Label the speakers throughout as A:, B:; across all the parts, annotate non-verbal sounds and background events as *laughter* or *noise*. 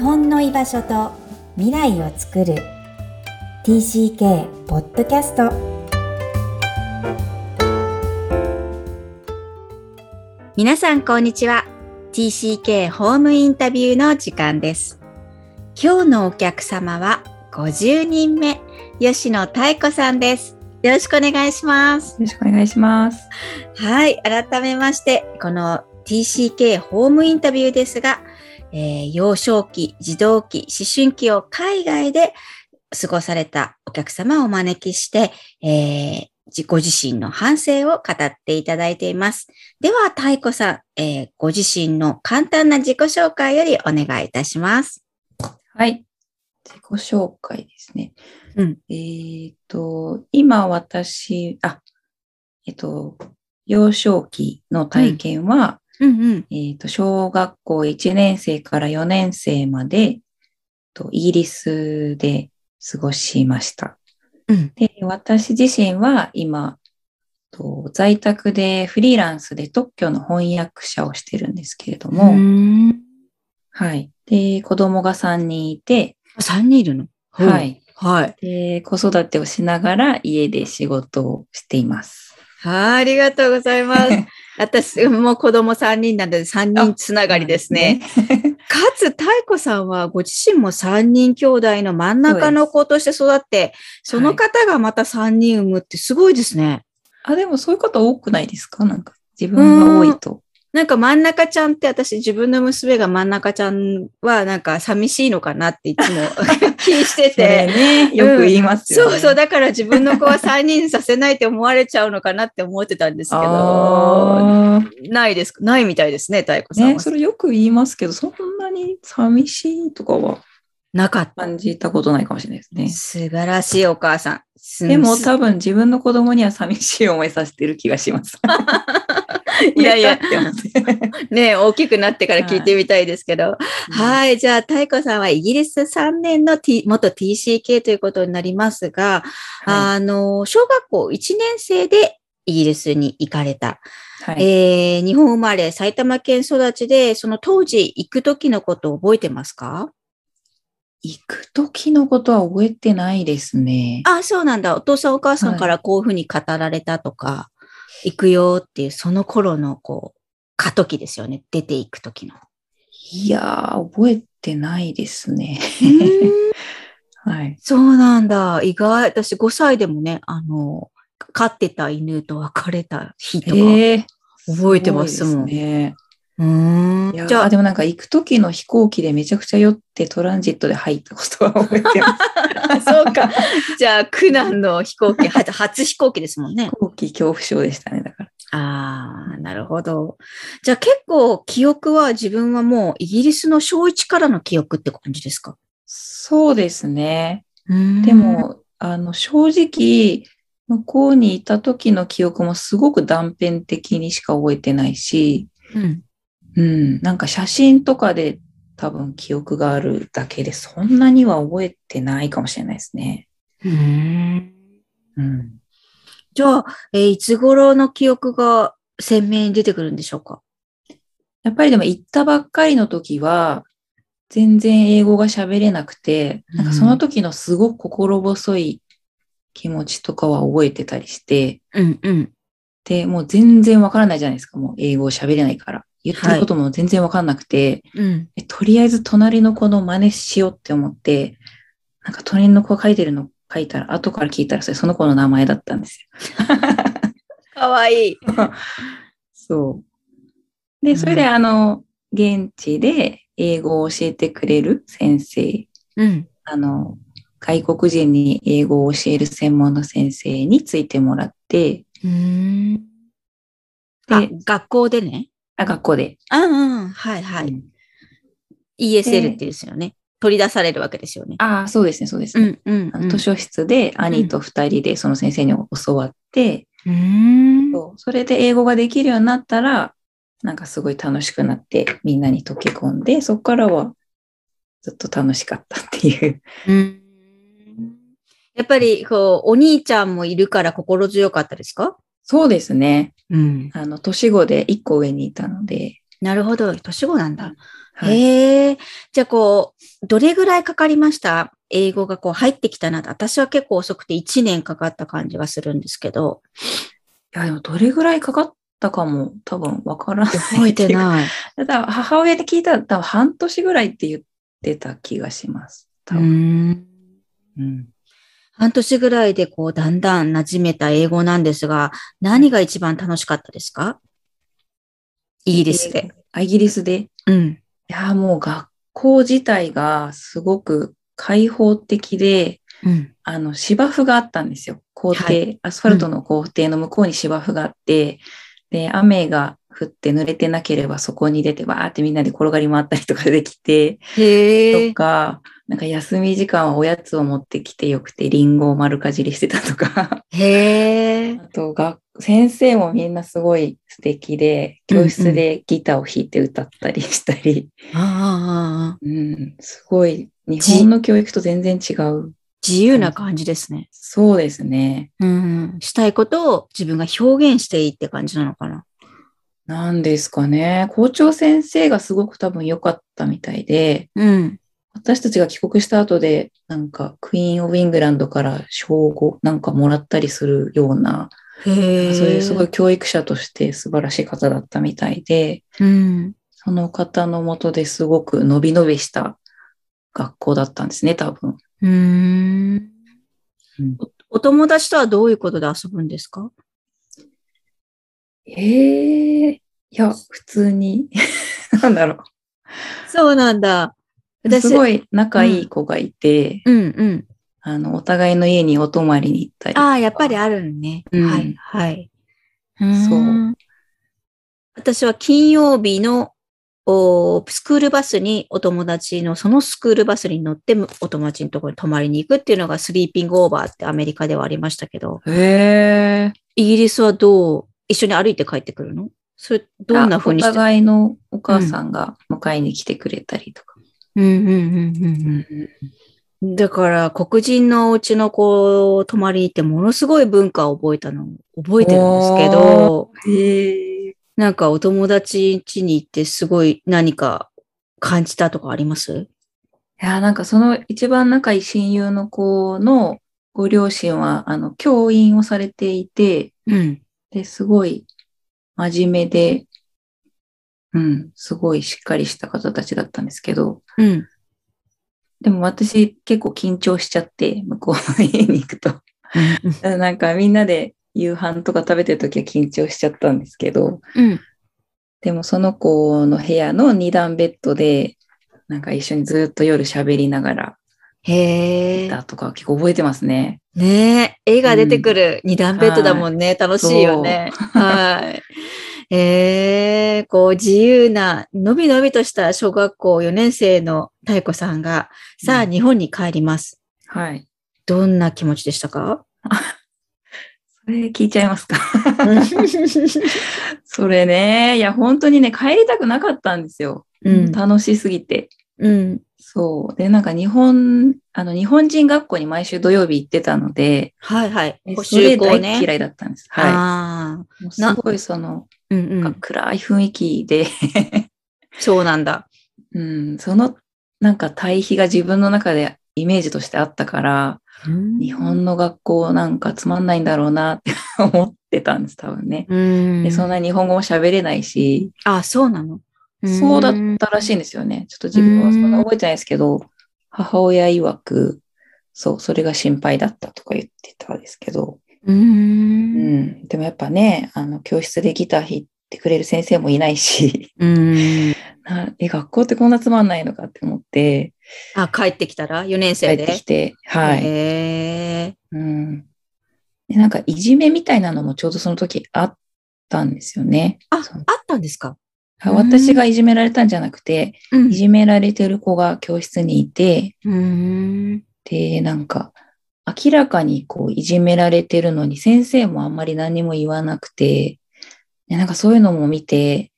A: 場所と未来をつくる TCK ポッドキャスト
B: 皆さんこんにちは TCK ホームインタビューの時間です今日のお客様は50人目吉野太子さんですよろしくお願いします
C: よろしくお願いします。
B: はい改めましてこの TCK ホームインタビューですが、えー幼少期児童期思春期を海外で過ごされたお客様をお招きして、えーじご自身の反省を語っていただいています。では、太子さん、えーご自身の簡単な自己紹介よりお願いいたします。
C: はい。自己紹介ですね。
B: うん
C: えーっと、今私、あ、えっと、幼少期の体験は、
B: うんうん。
C: えーっと、小学校1年生から4年生まで、えっとイギリスで過ごしました。
B: うん
C: で、私自身は今、えっと在宅でフリーランスで特許の翻訳者をしてるんですけれども、
B: ん。
C: はい。で、子供が3人いて、
B: 3人いるのほ
C: は。
B: う
C: い。
B: はい。
C: で、子育てをしながら家で仕事をしています。
B: はい、ありがとうござい
C: *laughs*
B: ます。私も子供3人なので3人つな
C: 上
B: がりですね。。かつ、太子さんはご自身も3人兄弟の真ん中の子として育って、その方がまた3人産むってすごいですね。
C: あ、でもそういう方多くないですかなんか自分が多いと。
B: なんか真ん中ちゃんって私自分の娘が真ん中ちゃんはなんか寂しいのかなっていつも *laughs* 気にして
C: それ
B: て。
C: ね、よく言いますよ
B: そ
C: ね。
B: うそう、だから自分の子は3人させないって思われちゃうのかなって思ってたんですけど、
C: あー
B: ないです。ないみたいですね、太子さん
C: ね、
B: は。
C: それよく言いますけど、そんなに寂しいとかは
B: なかった。
C: 感じたことないかもしれないです
B: 素晴らしいお母さん。す
C: ね。でも多分自分の子供には寂しい思いさせてる気がし *laughs* ます。
B: いやい
C: *laughs*
B: や
C: 売れたって思って
B: ね、大きくなってから聞いてみたいですけど。
C: *laughs*
B: はい。じゃあ、太子さんはイギリス3年の、T、元 TCK ということになりますが、
C: は
B: あの、小学校1年生でイギリスに行かれた。
C: い。はい
B: えー日本生まれ、埼玉県育ちで、その当時行く時のことを覚えてますか
C: 行く時のことは覚えてないですね。
B: あ、そうなんだ。お父さんお母さんからこういうふうに語られたとか、行くよっていう、その頃のこう、過渡期ですよね。出て行く時の。
C: いやー、覚えてないですね。 *laughs* はい。
B: *laughs* そうなんだ。意外。私5歳でもね、あの、飼ってた犬と別れた日とか。
C: え
B: 覚えてますもん
C: ね。
B: うーん。
C: じ
B: じゃ
C: ゃあ、
B: あ、
C: でもなんか行く時の飛行機でめちゃくちゃ酔ってトランジットで入ったことは覚えてます。
B: *laughs* そうか。じゃあ、苦難の飛 *laughs* 行機、初初飛行機ですもんね
C: 飛。行機恐怖症でしたね、だから。
B: ああ、なるほど。じゃあ結構記憶は自分はもうイギリスの小1からの記憶って感じですか
C: そうですね。
B: で
C: で、も、あの、正直、向こうにいた時の記憶もすごく断片的にしか覚えてないし、
B: うん
C: うん、なんか写真とかで多分記憶があるだけで、そんなには覚えてないかもしれないですね。
B: うーん。
C: うん。
B: じゃあ、えーいつ頃の記憶が鮮明に出てくるんでしょうか
C: やっぱりでも行ったばっかりの時は、全然英語が喋れなくて、なんかその時のすごく心細い気持ちとかは覚えてたりして、
B: うんうん。
C: で、もう全然わからないじゃないですか、もう英語喋れないから。言ってることも全然わかんなくて、
B: うん。
C: えとりあえず隣の子の真似しようって思って、なんか隣の子が書いてるの書いたら、後から聞いたらそれその子の名前だったんですよ。
B: かわいい。
C: そう。で、それで、
B: うん
C: あの、現地で英語を教えてくれる先生、
B: うん。
C: あの、外国人に英語を教える専門の先生についてもらって、
B: うん。
C: で、
B: 学校でね。
C: あ学校で。
B: うんうん。はいは
C: う
B: い。
C: ん
B: ESL ってですよね。取り出されるわけですよね。
C: ああ、そうですね、そうです
B: う
C: ね。
B: んうん
C: あ
B: う
C: の
B: ん。
C: 図書室で兄と二人でその先生に教わって、
B: うん。
C: そうそれで英語ができるようになったら、なんかすごい楽しくなってみんなに溶け込んで、そこからはずっと楽しかったっていう
B: うんやっぱり、こう、お兄ちゃんもいるから心強かったですか
C: そうですね。
B: うん。
C: あの、年子で1個上にいたので、
B: なるほど。年子なんだ。
C: はい
B: へえ。じゃあこう、どれぐらいかかりました英語がこう入ってきたなと。私は結構遅くて1年かかった感じがするんですけど。
C: いや、でもどれぐらいかかったかも多分わからない。
B: 覚えて
C: い
B: ない。
C: う。 *laughs* ただ母親で聞いたら多分半年ぐらいって言ってた気がします。多
B: う
C: 分。
B: ん
C: うん
B: 半年ぐらいでこう、だんだん馴染めた英語なんですが、何が一番楽しかったですかイギリスで。。
C: あイギリスで。い
B: うん。
C: や、もう学校自体がすごく開放的で、
B: うん。
C: あの、芝生があったんですよ。校庭、
B: は
C: アスファルトの校庭の向こうに芝生があって、で、雨が降って濡れてなければそこに出てバーってみんなで転がり回ったりとかできて、
B: へ
C: と。か、なんか休み時間はおやつを持ってきてよくて、リンゴを丸かじりしてた
B: *laughs*
C: とか、
B: へえ
C: あ。とが、先生もみんなすごい素敵で、教室でギターを弾いて歌ったりしたり、
B: ああああ、ああ
C: うん、すごい、日本の教育と全然違う。
B: 自由な感じですね。
C: そうですね。
B: うん。したいことを自分が表現していいって感じなのかな。
C: なんですかね。校長先生がすごく多分良かったみたいで、
B: うん。
C: 私たちが帰国した後で、なんかクイーン・オブ・イングランドから称号なんかもらったりするような、
B: へえ。
C: そういうすごい。教育者として素晴らしい方だったみたいで、
B: うん。
C: その方のもとですごく伸び伸びした学校だったんですね、多分。
B: うーん
C: うん
B: おお友達とはどういうことで遊ぶんですか
C: ええいや、普通に、 *laughs* なんだろ
B: そうなんだ。
C: う。
B: 私、
C: すごい仲いい子がいて、
B: うんうん。
C: あの、お互いの家にお泊まりに行ったりとか。
B: ああ、やっぱりあるのね。
C: うん
B: はい、はい。
C: そう
B: ーん。私は金曜日のおスクールバスにお友達の、そのスクールバスに乗ってお友達のところに泊まりに行くっていうのがスリーピングオーバーってアメリカではありましたけど、
C: へえ。
B: イギリスはどう、一緒に歩いて帰ってくるのそれ、どんな風にし
C: あ
B: て
C: お互いのお母さんが迎えに来てくれたりとか。
B: うんうんうんうんうん。だから、黒人のお家の子を泊まりに行って、ものすごい文化を覚えたの、覚えてるんですけど、
C: へえ。
B: なんかお友達家に行って、すごい何か感じたとかあります
C: いや、なんかその一番仲いい親友の子のご両親は、あの、教員をされていて、
B: うん。
C: で、すごい真面目で、うん、すごいしっかりした方たちだったんですけど、
B: うん。
C: でも私結構緊張しちゃって、向こうの家に行くと。 *laughs* なんかみんなで夕飯とか食べてるときは緊張しちゃったんですけど、
B: うん。
C: でもその子の部屋の二段ベッドで、なんか一緒にずっと夜喋りながら
B: へえ。
C: だとか結構覚えてますね。
B: ねえ、絵が出てくる二段ベッドだもんね。楽しいよね。はい。ええこう自由な、のびのびとした小学校4年生の太子さんが、さあ
C: うん
B: 日本に帰ります。
C: はい。
B: どんな気持ちでした *laughs* か
C: それ聞いちゃいますか *laughs* それね、いや本当にね、帰りたくなかったんですよ。
B: うん。
C: 楽しすぎて。
B: うん。
C: そう。で、なんか日本、あの、日本人学校に毎週土曜日行ってたので、
B: はいはい。
C: で
B: 補
C: それ
B: 修
C: で
B: 校
C: 大
B: ね。
C: 嫌いだったんです。は
B: ああ。
C: い。もうすごいその、
B: うんう
C: なん
B: ん。
C: か暗い雰囲気で、
B: そうなんだ。
C: うん、そのなんか対比が自分の中でイメージとしてあったから、日本の学校なんかつまんないんだろうなって思ってたんです、多分ね。
B: うん。
C: でそんな日本語も喋れないし、
B: あ、そうなの。
C: そうだったらしいんですよね。ちょっと自分はそんな覚えてないですけど、母親曰く、そう、それが心配だったとか言ってたんですけど、
B: う。
C: うんん、でもやっぱね、あの、教室でギター弾いてくれる先生もいないし、 *laughs*
B: うん。
C: なえ、学校ってこんなつまんないのかって思って、
B: あ、帰ってきたら ?4 年
C: 帰
B: 生
C: っ
B: で。
C: てきて、はい。
B: へえ。
C: うん。で、なんか、いじめみたいなのもちょうどその時あったんですよね。
B: あ、あっ
C: その
B: たんですか
C: あ
B: うん
C: 私がいじめられたんじゃなくて、
B: う
C: いじめられてる子が教室にいて、
B: ん。
C: で、なんか、明らかにこう、いじめられてるのに、先生もあんまり何も言わなくて、でなんかそういうのも見て、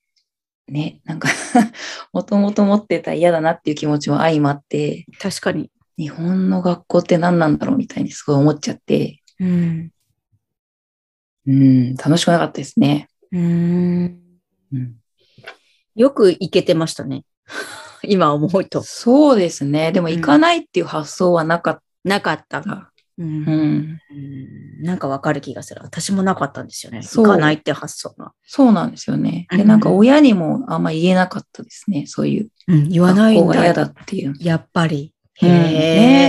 C: ね、なんか、 *laughs* もともと持ってた嫌だなっていう気持ちも相まって、
B: 確かに。
C: 日本の学校って何なんだろうみたいにすごい思っちゃって、
B: うん。
C: うん、楽しくなかったですね。
B: うん。
C: うん
B: よく行けてましたね。 *laughs* 今思うと。
C: そうですね。でも
B: うん
C: 行かないっていう発想はなかっ
B: なかった。
C: た。
B: う。
C: うんん。
B: うんなんかわかる気がする。私もなかったんですよね。
C: そ
B: 行
C: う
B: かないって発想が。
C: そうなんですよね。
B: う
C: で、
B: ん
C: なんか親にもあんま言えなかったですね。そういう。
B: うん、言わない
C: 学
B: ん
C: 校が
B: だ。
C: 嫌だっていう。
B: やっぱり。
C: う
B: へ
C: ん
B: え、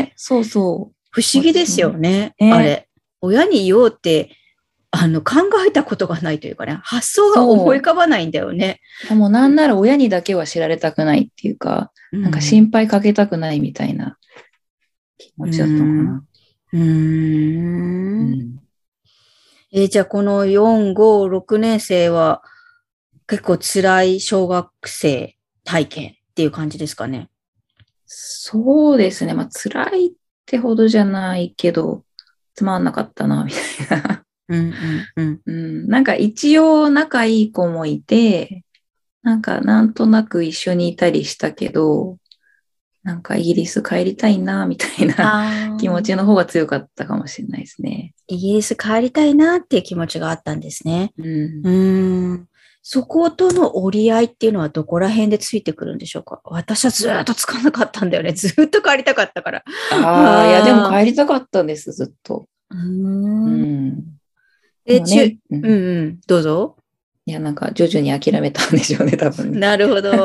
C: ねそうそ
B: 不思議ですよね。
C: ね
B: あれ。親に言おうって、あの、考えたことがないというかね、発想が思い浮かばないんだよね。
C: う。もうなんなら親にだけは知られたくないっていうか、
B: な
C: なんか心配かけたくないみたいな気持ちだったのかな。
B: うー。
C: うんん
B: えーじゃあこの4、5、6年生は結構辛い小学生体験っていう感じですかね。
C: そうですね。まあ、辛いってほどじゃないけど、つまんなかったな、みたいな。
B: うんうん
C: うん、なんか一応仲いい子もいて、なんかなんとなく一緒にいたりしたけど、なんかイギリス帰りたいな、みたいな
B: うん。
C: 気持ち
B: の。
C: の方が強かったかもしれないですね。
B: イギリス帰りたいなっていう気持ちがあったんですね。
C: うん
B: う。ーん。そことの折り合いっていうのはどこら辺でついてくるんでしょうか私はずーっとつかなかったんだよね。ずーっと帰りたかったから。あ
C: あ
B: ー
C: あ、いやでも帰りたかったんです、ずっと。
B: う。
C: うんん。
B: で、
C: も
B: 中、
C: ね、うん
B: うん
C: い
B: うん、どうぞ。
C: や、なんか徐々に諦めたんでしょうね、多分ね。
B: なるほど。 *laughs*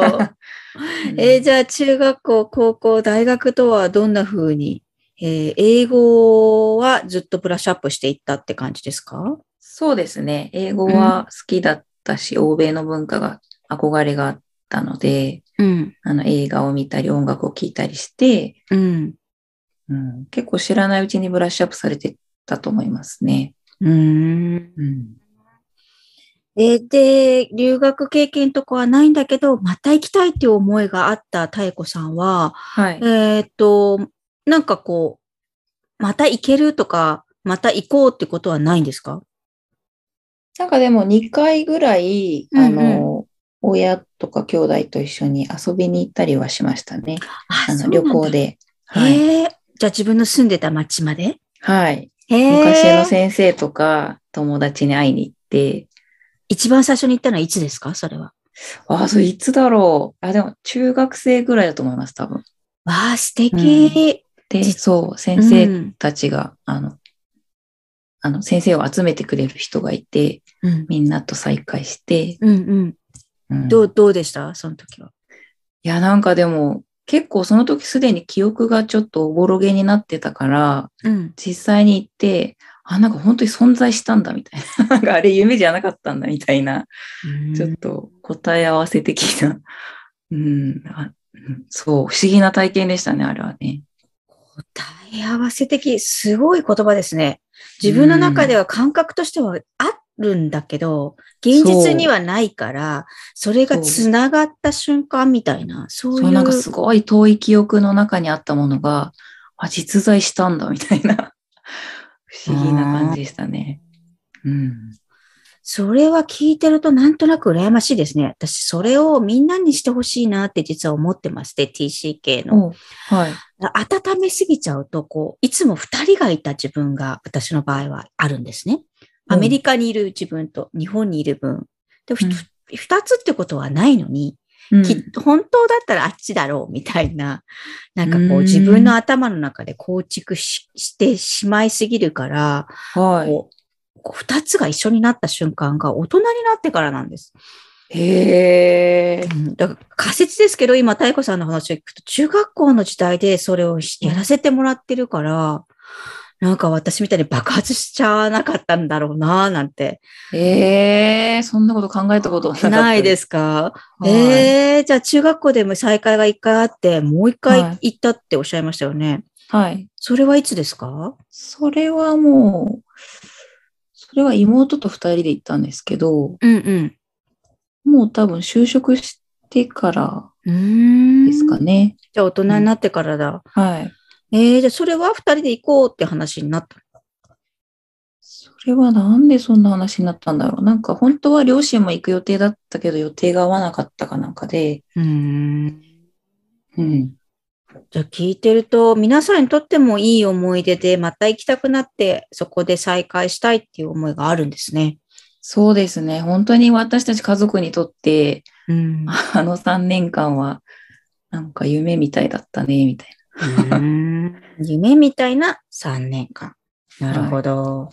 B: えーじゃあ中学校、高校、大学とはどんな風に、えー英語はずっとブラッシュアップしていったって感じですか
C: そうですね。英語は好きだったし、欧米の文化が憧れがあったので、
B: うん。
C: あの映画を見たり音楽を聴いたりして、
B: うん。
C: うん、結構知らないうちにブラッシュアップされてたと思いますね。
B: うん。
C: うん、
B: えーで、留学経験とかはないんだけど、また行きたいっていう思いがあった妙子さんは、
C: は
B: え
C: い。
B: ーっと、なんかこう、また行けるとか、また行こうってことはないんですか
C: なんかでも2回ぐらい、
B: うんうん
C: あの、親とか兄弟と一緒に遊びに行ったりはしましたね。あの旅行。で。
B: そうな
C: は
B: んだ
C: い。
B: へえじゃあ自分の住んでた町まで
C: はい。
B: へえ
C: 昔の先生とか友達に会いに行って、
B: 一番最初に行ったのはいつですかそれは。
C: ああ、それいつだろう。あ、でも中学生ぐらいだと思います、多分。
B: わあ、素敵。
C: で、
B: じ
C: そう、
B: うん
C: 先生たちが、あの、あの、先生を集めてくれる人がいて、
B: うん。
C: みんなと再会して、
B: うんうん。
C: うん
B: どう、どうでしたその時は。
C: いや、なんかでも、結構その時すでに記憶がちょっとおぼろげになってたから、
B: うん。
C: 実際に行って、あ、なんか本当に存在したんだみたいな。 *laughs* なんかあれ夢じゃなかったんだみたいな、ちょっと答え合わせ的な。 *laughs* うん、あうんそう、不思議な体験でしたね、あれはね。
B: 答え合わせ的、すごい言葉ですね。自分の中では感覚としてはあるんだけど、現実にはないから、それが繋がった瞬間みたいな、そう
C: そ、
B: いうう。
C: なんかすごい遠い記憶の中にあったものが、あ、実在したんだみたいな、 *laughs* 不思議な感じでしたね。うん。
B: それは聞いてるとなんとなく羨ましいですね。私、それをみんなにしてほしいなって実は思ってまして、TCK の。
C: おはい。
B: 温めすぎちゃうと、こう、いつも二人がいた自分が、私の場合はあるんですね。
C: うん
B: アメリカにいる自分と日本にいる分。で、ふ
C: うん
B: 二つってことはないのに、
C: うん
B: きっと本当だったらあっちだろうみたいな、なんかこ
C: う
B: うん自分の頭の中で構築ししてしまいすぎるから、
C: はい。
B: こうこう二つが一緒になった瞬間が大人になってからなんです。
C: へえ。
B: うんだから仮説ですけど、今、妙子さんの話を聞くと、中学校の時代でそれをやらせてもらってるから、なんか私みたいに爆発しちゃわなかったんだろうな、なんて。
C: ええ、そんなこと考えたことなかった。。
B: ないですすか
C: はい
B: ええーじゃあ中学校でも再会が一回あって、もう一
C: は
B: 回
C: い
B: 行ったっておっしゃいましたよね。
C: はい。
B: それはいつですか
C: それはもう、それは妹と二人で行ったんですけど、
B: うんうん。
C: もう多分就職してから
B: うーん。
C: ですかね。
B: じゃあ大人になってからだ。
C: はい。
B: ええーじゃあそれは二人で行こうって話になった。
C: それはなんでそんな話になったんだろう。なんか本当は両親も行く予定だったけど予定が合わなかったかなんかで、
B: うん。
C: うん。
B: じゃあ聞いてると、皆さんにとってもいい思い出で、また行きたくなって、そこで再会したいっていう思いがあるんですね。
C: そうですね。本当に私たち家族にとって、
B: うん。
C: *laughs* あの3年間は、なんか夢みたいだったね、みたいな。
B: 夢みたいな3年間。なるほど。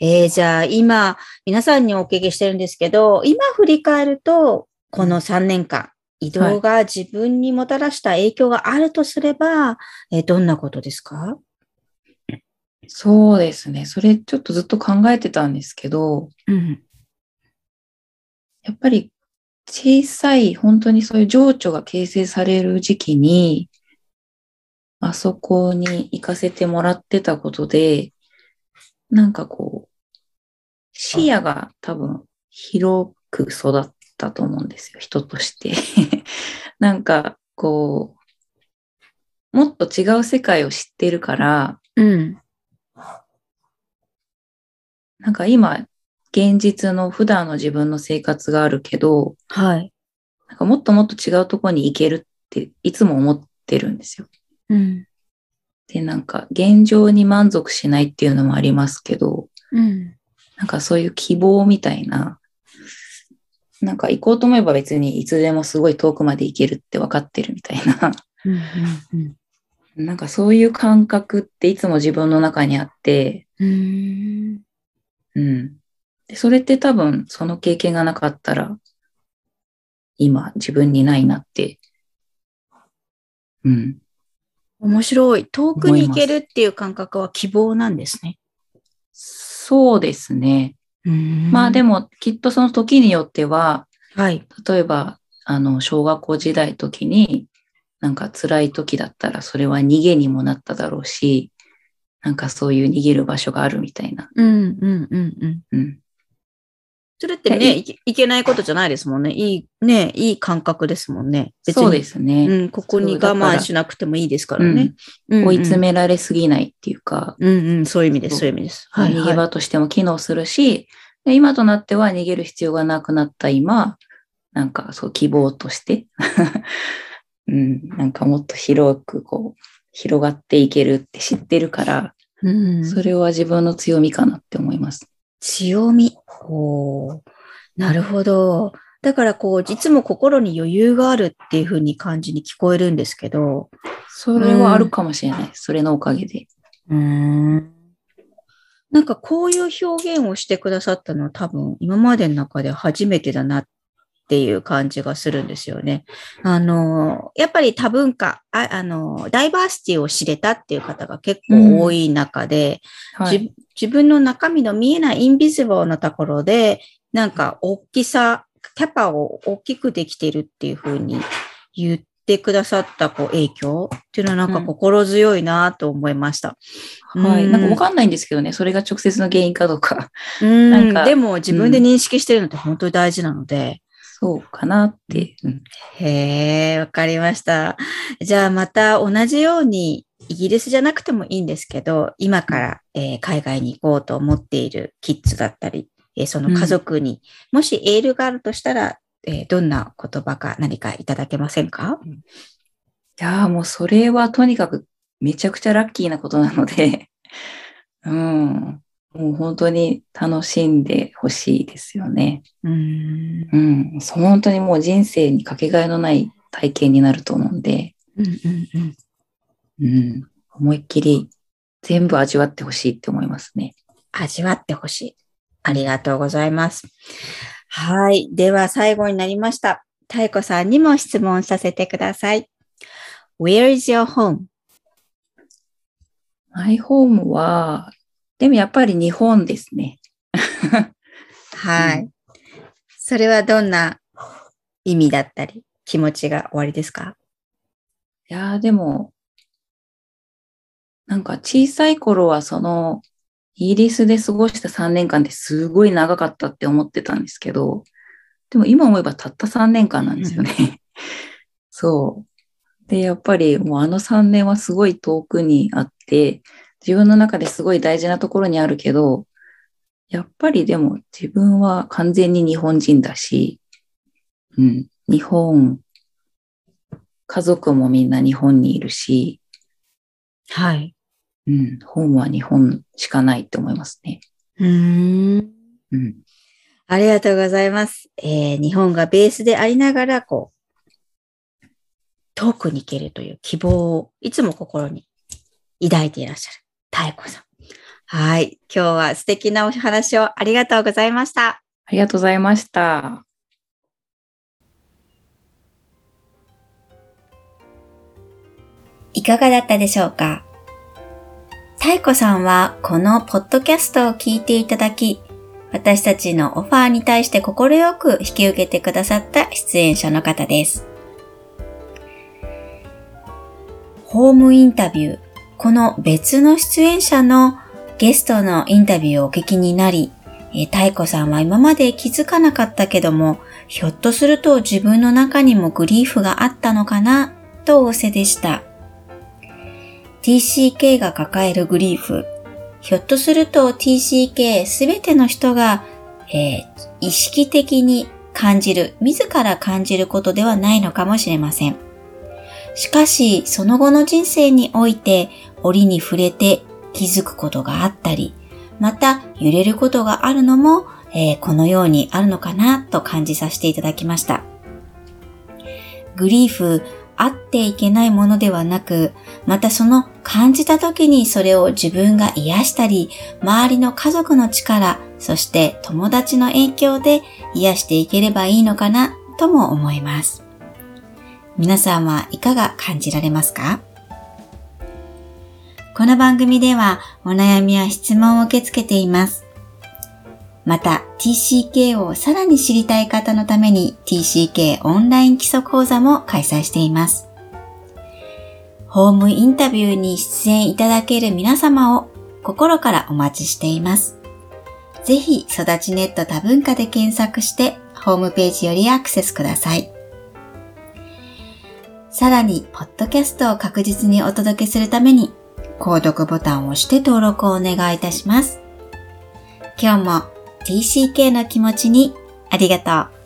B: えーじゃあ今、皆さんにお聞きしてるんですけど、今振り返ると、この3年間、移動が自分にもたらした影響があるとすれば、えーどんなことですか
C: そうですね。それちょっとずっと考えてたんですけど、
B: うん。
C: やっぱり小さい、本当にそういう情緒が形成される時期に、あそこに行かせてもらってたことで、なんかこう、視野が多分広く育ったと思うんですよ、人として。 *laughs* なんかこう、もっと違う世界を知ってるから、
B: うん。
C: なんか今、現実の普段の自分の生活があるけど、
B: はい。
C: なんかもっともっと違うところに行けるっていつも思ってるんですよ。
B: うん。
C: で、なんか現状に満足しないっていうのもありますけど、
B: うん。
C: なんかそういう希望みたいな、なんか行こうと思えば別にいつでもすごい遠くまで行けるって分かってるみたいな、
B: うん。うん。
C: なんかそういう感覚っていつも自分の中にあって、
B: うん。
C: うん。でそれって多分その経験がなかったら、今自分にないなって、うん。
B: 面白い。遠くに行けるっていう感覚は希望なんですね。
C: そうですね。まあで
B: も、
C: もきっとその時によっては、
B: はい。
C: 例えば、あの、小学校時代時に、なんか辛い時だったらそれは逃げにもなっただろうし、なんかそういう逃げる場所があるみたいな。
B: うん、うん、うん、うん。
C: うん。
B: それって
C: え
B: ね、いけいけないことじゃないですもんね。いい、ね、いい感覚ですもんね。。
C: そうですすね。
B: うん、ここに
C: そうだ
B: 我
C: から
B: 慢しなくてもいいですからね。うんうん
C: 追い詰められすぎないっていうか、
B: うんうん、そういう意味です、そういう意味です。はい、
C: 逃げ
B: は
C: 場としても機能するし、で今となっては逃げる必要がなくなった今、なんかそう希望として、 *laughs* うん、なんかもっと広くこう、広がっていけるって知ってるから、
B: い。うん、
C: それは自分の強みかなって思います。
B: 強み。おーなるほど。だからこう、いつも心に余裕があるっていうふうに感じに聞こえるんですけど。
C: それはあるかもしれない。それのおかげで。
B: うん。なんかこういう表現をしてくださったのは多分今までの中で初めてだなっていう感じがするんですよね。あの、やっぱり多文化、ああの、ダイバーシティを知れたっていう方が結構多い中で、
C: はい。
B: じ自分の中身の見えないインビジブルなところで、なんか大きさ、キャパを大きくできているっていうふうに言ってくださったこう影響っていうのはなんか
C: うん
B: 心強いなと思いました。
C: はい。
B: うん
C: なんかわかんないんですけどね、それが直接の原因かどうか、
B: うん
C: なんか
B: でも自分で認識してるのって本当に大事なので。
C: そうかなって。うん
B: へえ、わかりました。じゃあまた同じようにイギリスじゃなくてもいいんですけど、今から、えー海外に行こうと思っているキッズだったり、えーその家族に、もしエールがあるとしたら、えーどんな言葉か何かいただけませんか
C: いやーもうそれはとにかくめちゃくちゃラッキーなことなので、 *laughs* うん。もう本当に楽しんでほしいですよね。
B: うん。
C: うん。そう本当にもう人生にかけがえのない体験になると思うんで、
B: うんうんうん。
C: うん。思いっきり全部味わってほしいって思いますね。
B: 味わってほしい。ありがとうございます。はい。では最後になりました。太子さんにも質問させてください。Where is your home?
C: マイホームは、でもやっぱり日本ですね。
B: はい。
C: う
B: それはどんな意味だったり、気持ちが終わりですか
C: いやーでも、なんか小さい頃はその、イギリスで過ごした3年間ですごい長かったって思ってたんですけど、でも今思えばたった3年間なんですよね。 *laughs* そう。で、やっぱりもうあの3年はすごい遠くにあって、自分の中ですごい大事なところにあるけど、やっぱりでも自分は完全に日本人だし、うん、日本家族もみんな日本にいるし、
B: はい。
C: うん、本は日本しかないって思いますね。
B: うーん。
C: うん。
B: ありがとうございます。えー日本がベースでありながら、こう、遠くに行けるという希望をいつも心に抱いていらっしゃる、たえこさん。はい。今日は素敵なお話をありがとうございました。
C: ありがとうございました。
B: いかがだったでしょうか太鼓さんはこのポッドキャストを聞いていただき、私たちのオファーに対して快く引き受けてくださった出演者の方です。ホームインタビュー、この別の出演者のゲストのインタビューをお聞きになり、えー太鼓さんは今まで気づかなかったけども、ひょっとすると自分の中にもグリーフがあったのかな、と仰せでした。TCK が抱えるグリーフ。ひょっとすると TCK すべての人が、えー意識的に感じる、自ら感じることではないのかもしれません。しかし、その後の人生において、折に触れて気づくことがあったり、また揺れることがあるのも、えーこのようにあるのかなと感じさせていただきました。グリーフ、あっていけないものではなく、またその感じた時にそれを自分が癒したり、周りの家族の力、そして友達の影響で癒していければいいのかなとも思います。皆さんはいかが感じられますかこの番組ではお悩みや質問を受け付けています。また TCK をさらに知りたい方のために TCK オンライン基礎講座も開催しています。ホームインタビューに出演いただける皆様を心からお待ちしています。ぜひ、育ちネット多文化で検索して、ホームページよりアクセスください。さらに、ポッドキャストを確実にお届けするために、購読ボタンを押して登録をお願いいたします。今日も TCK の気持ちにありがとう。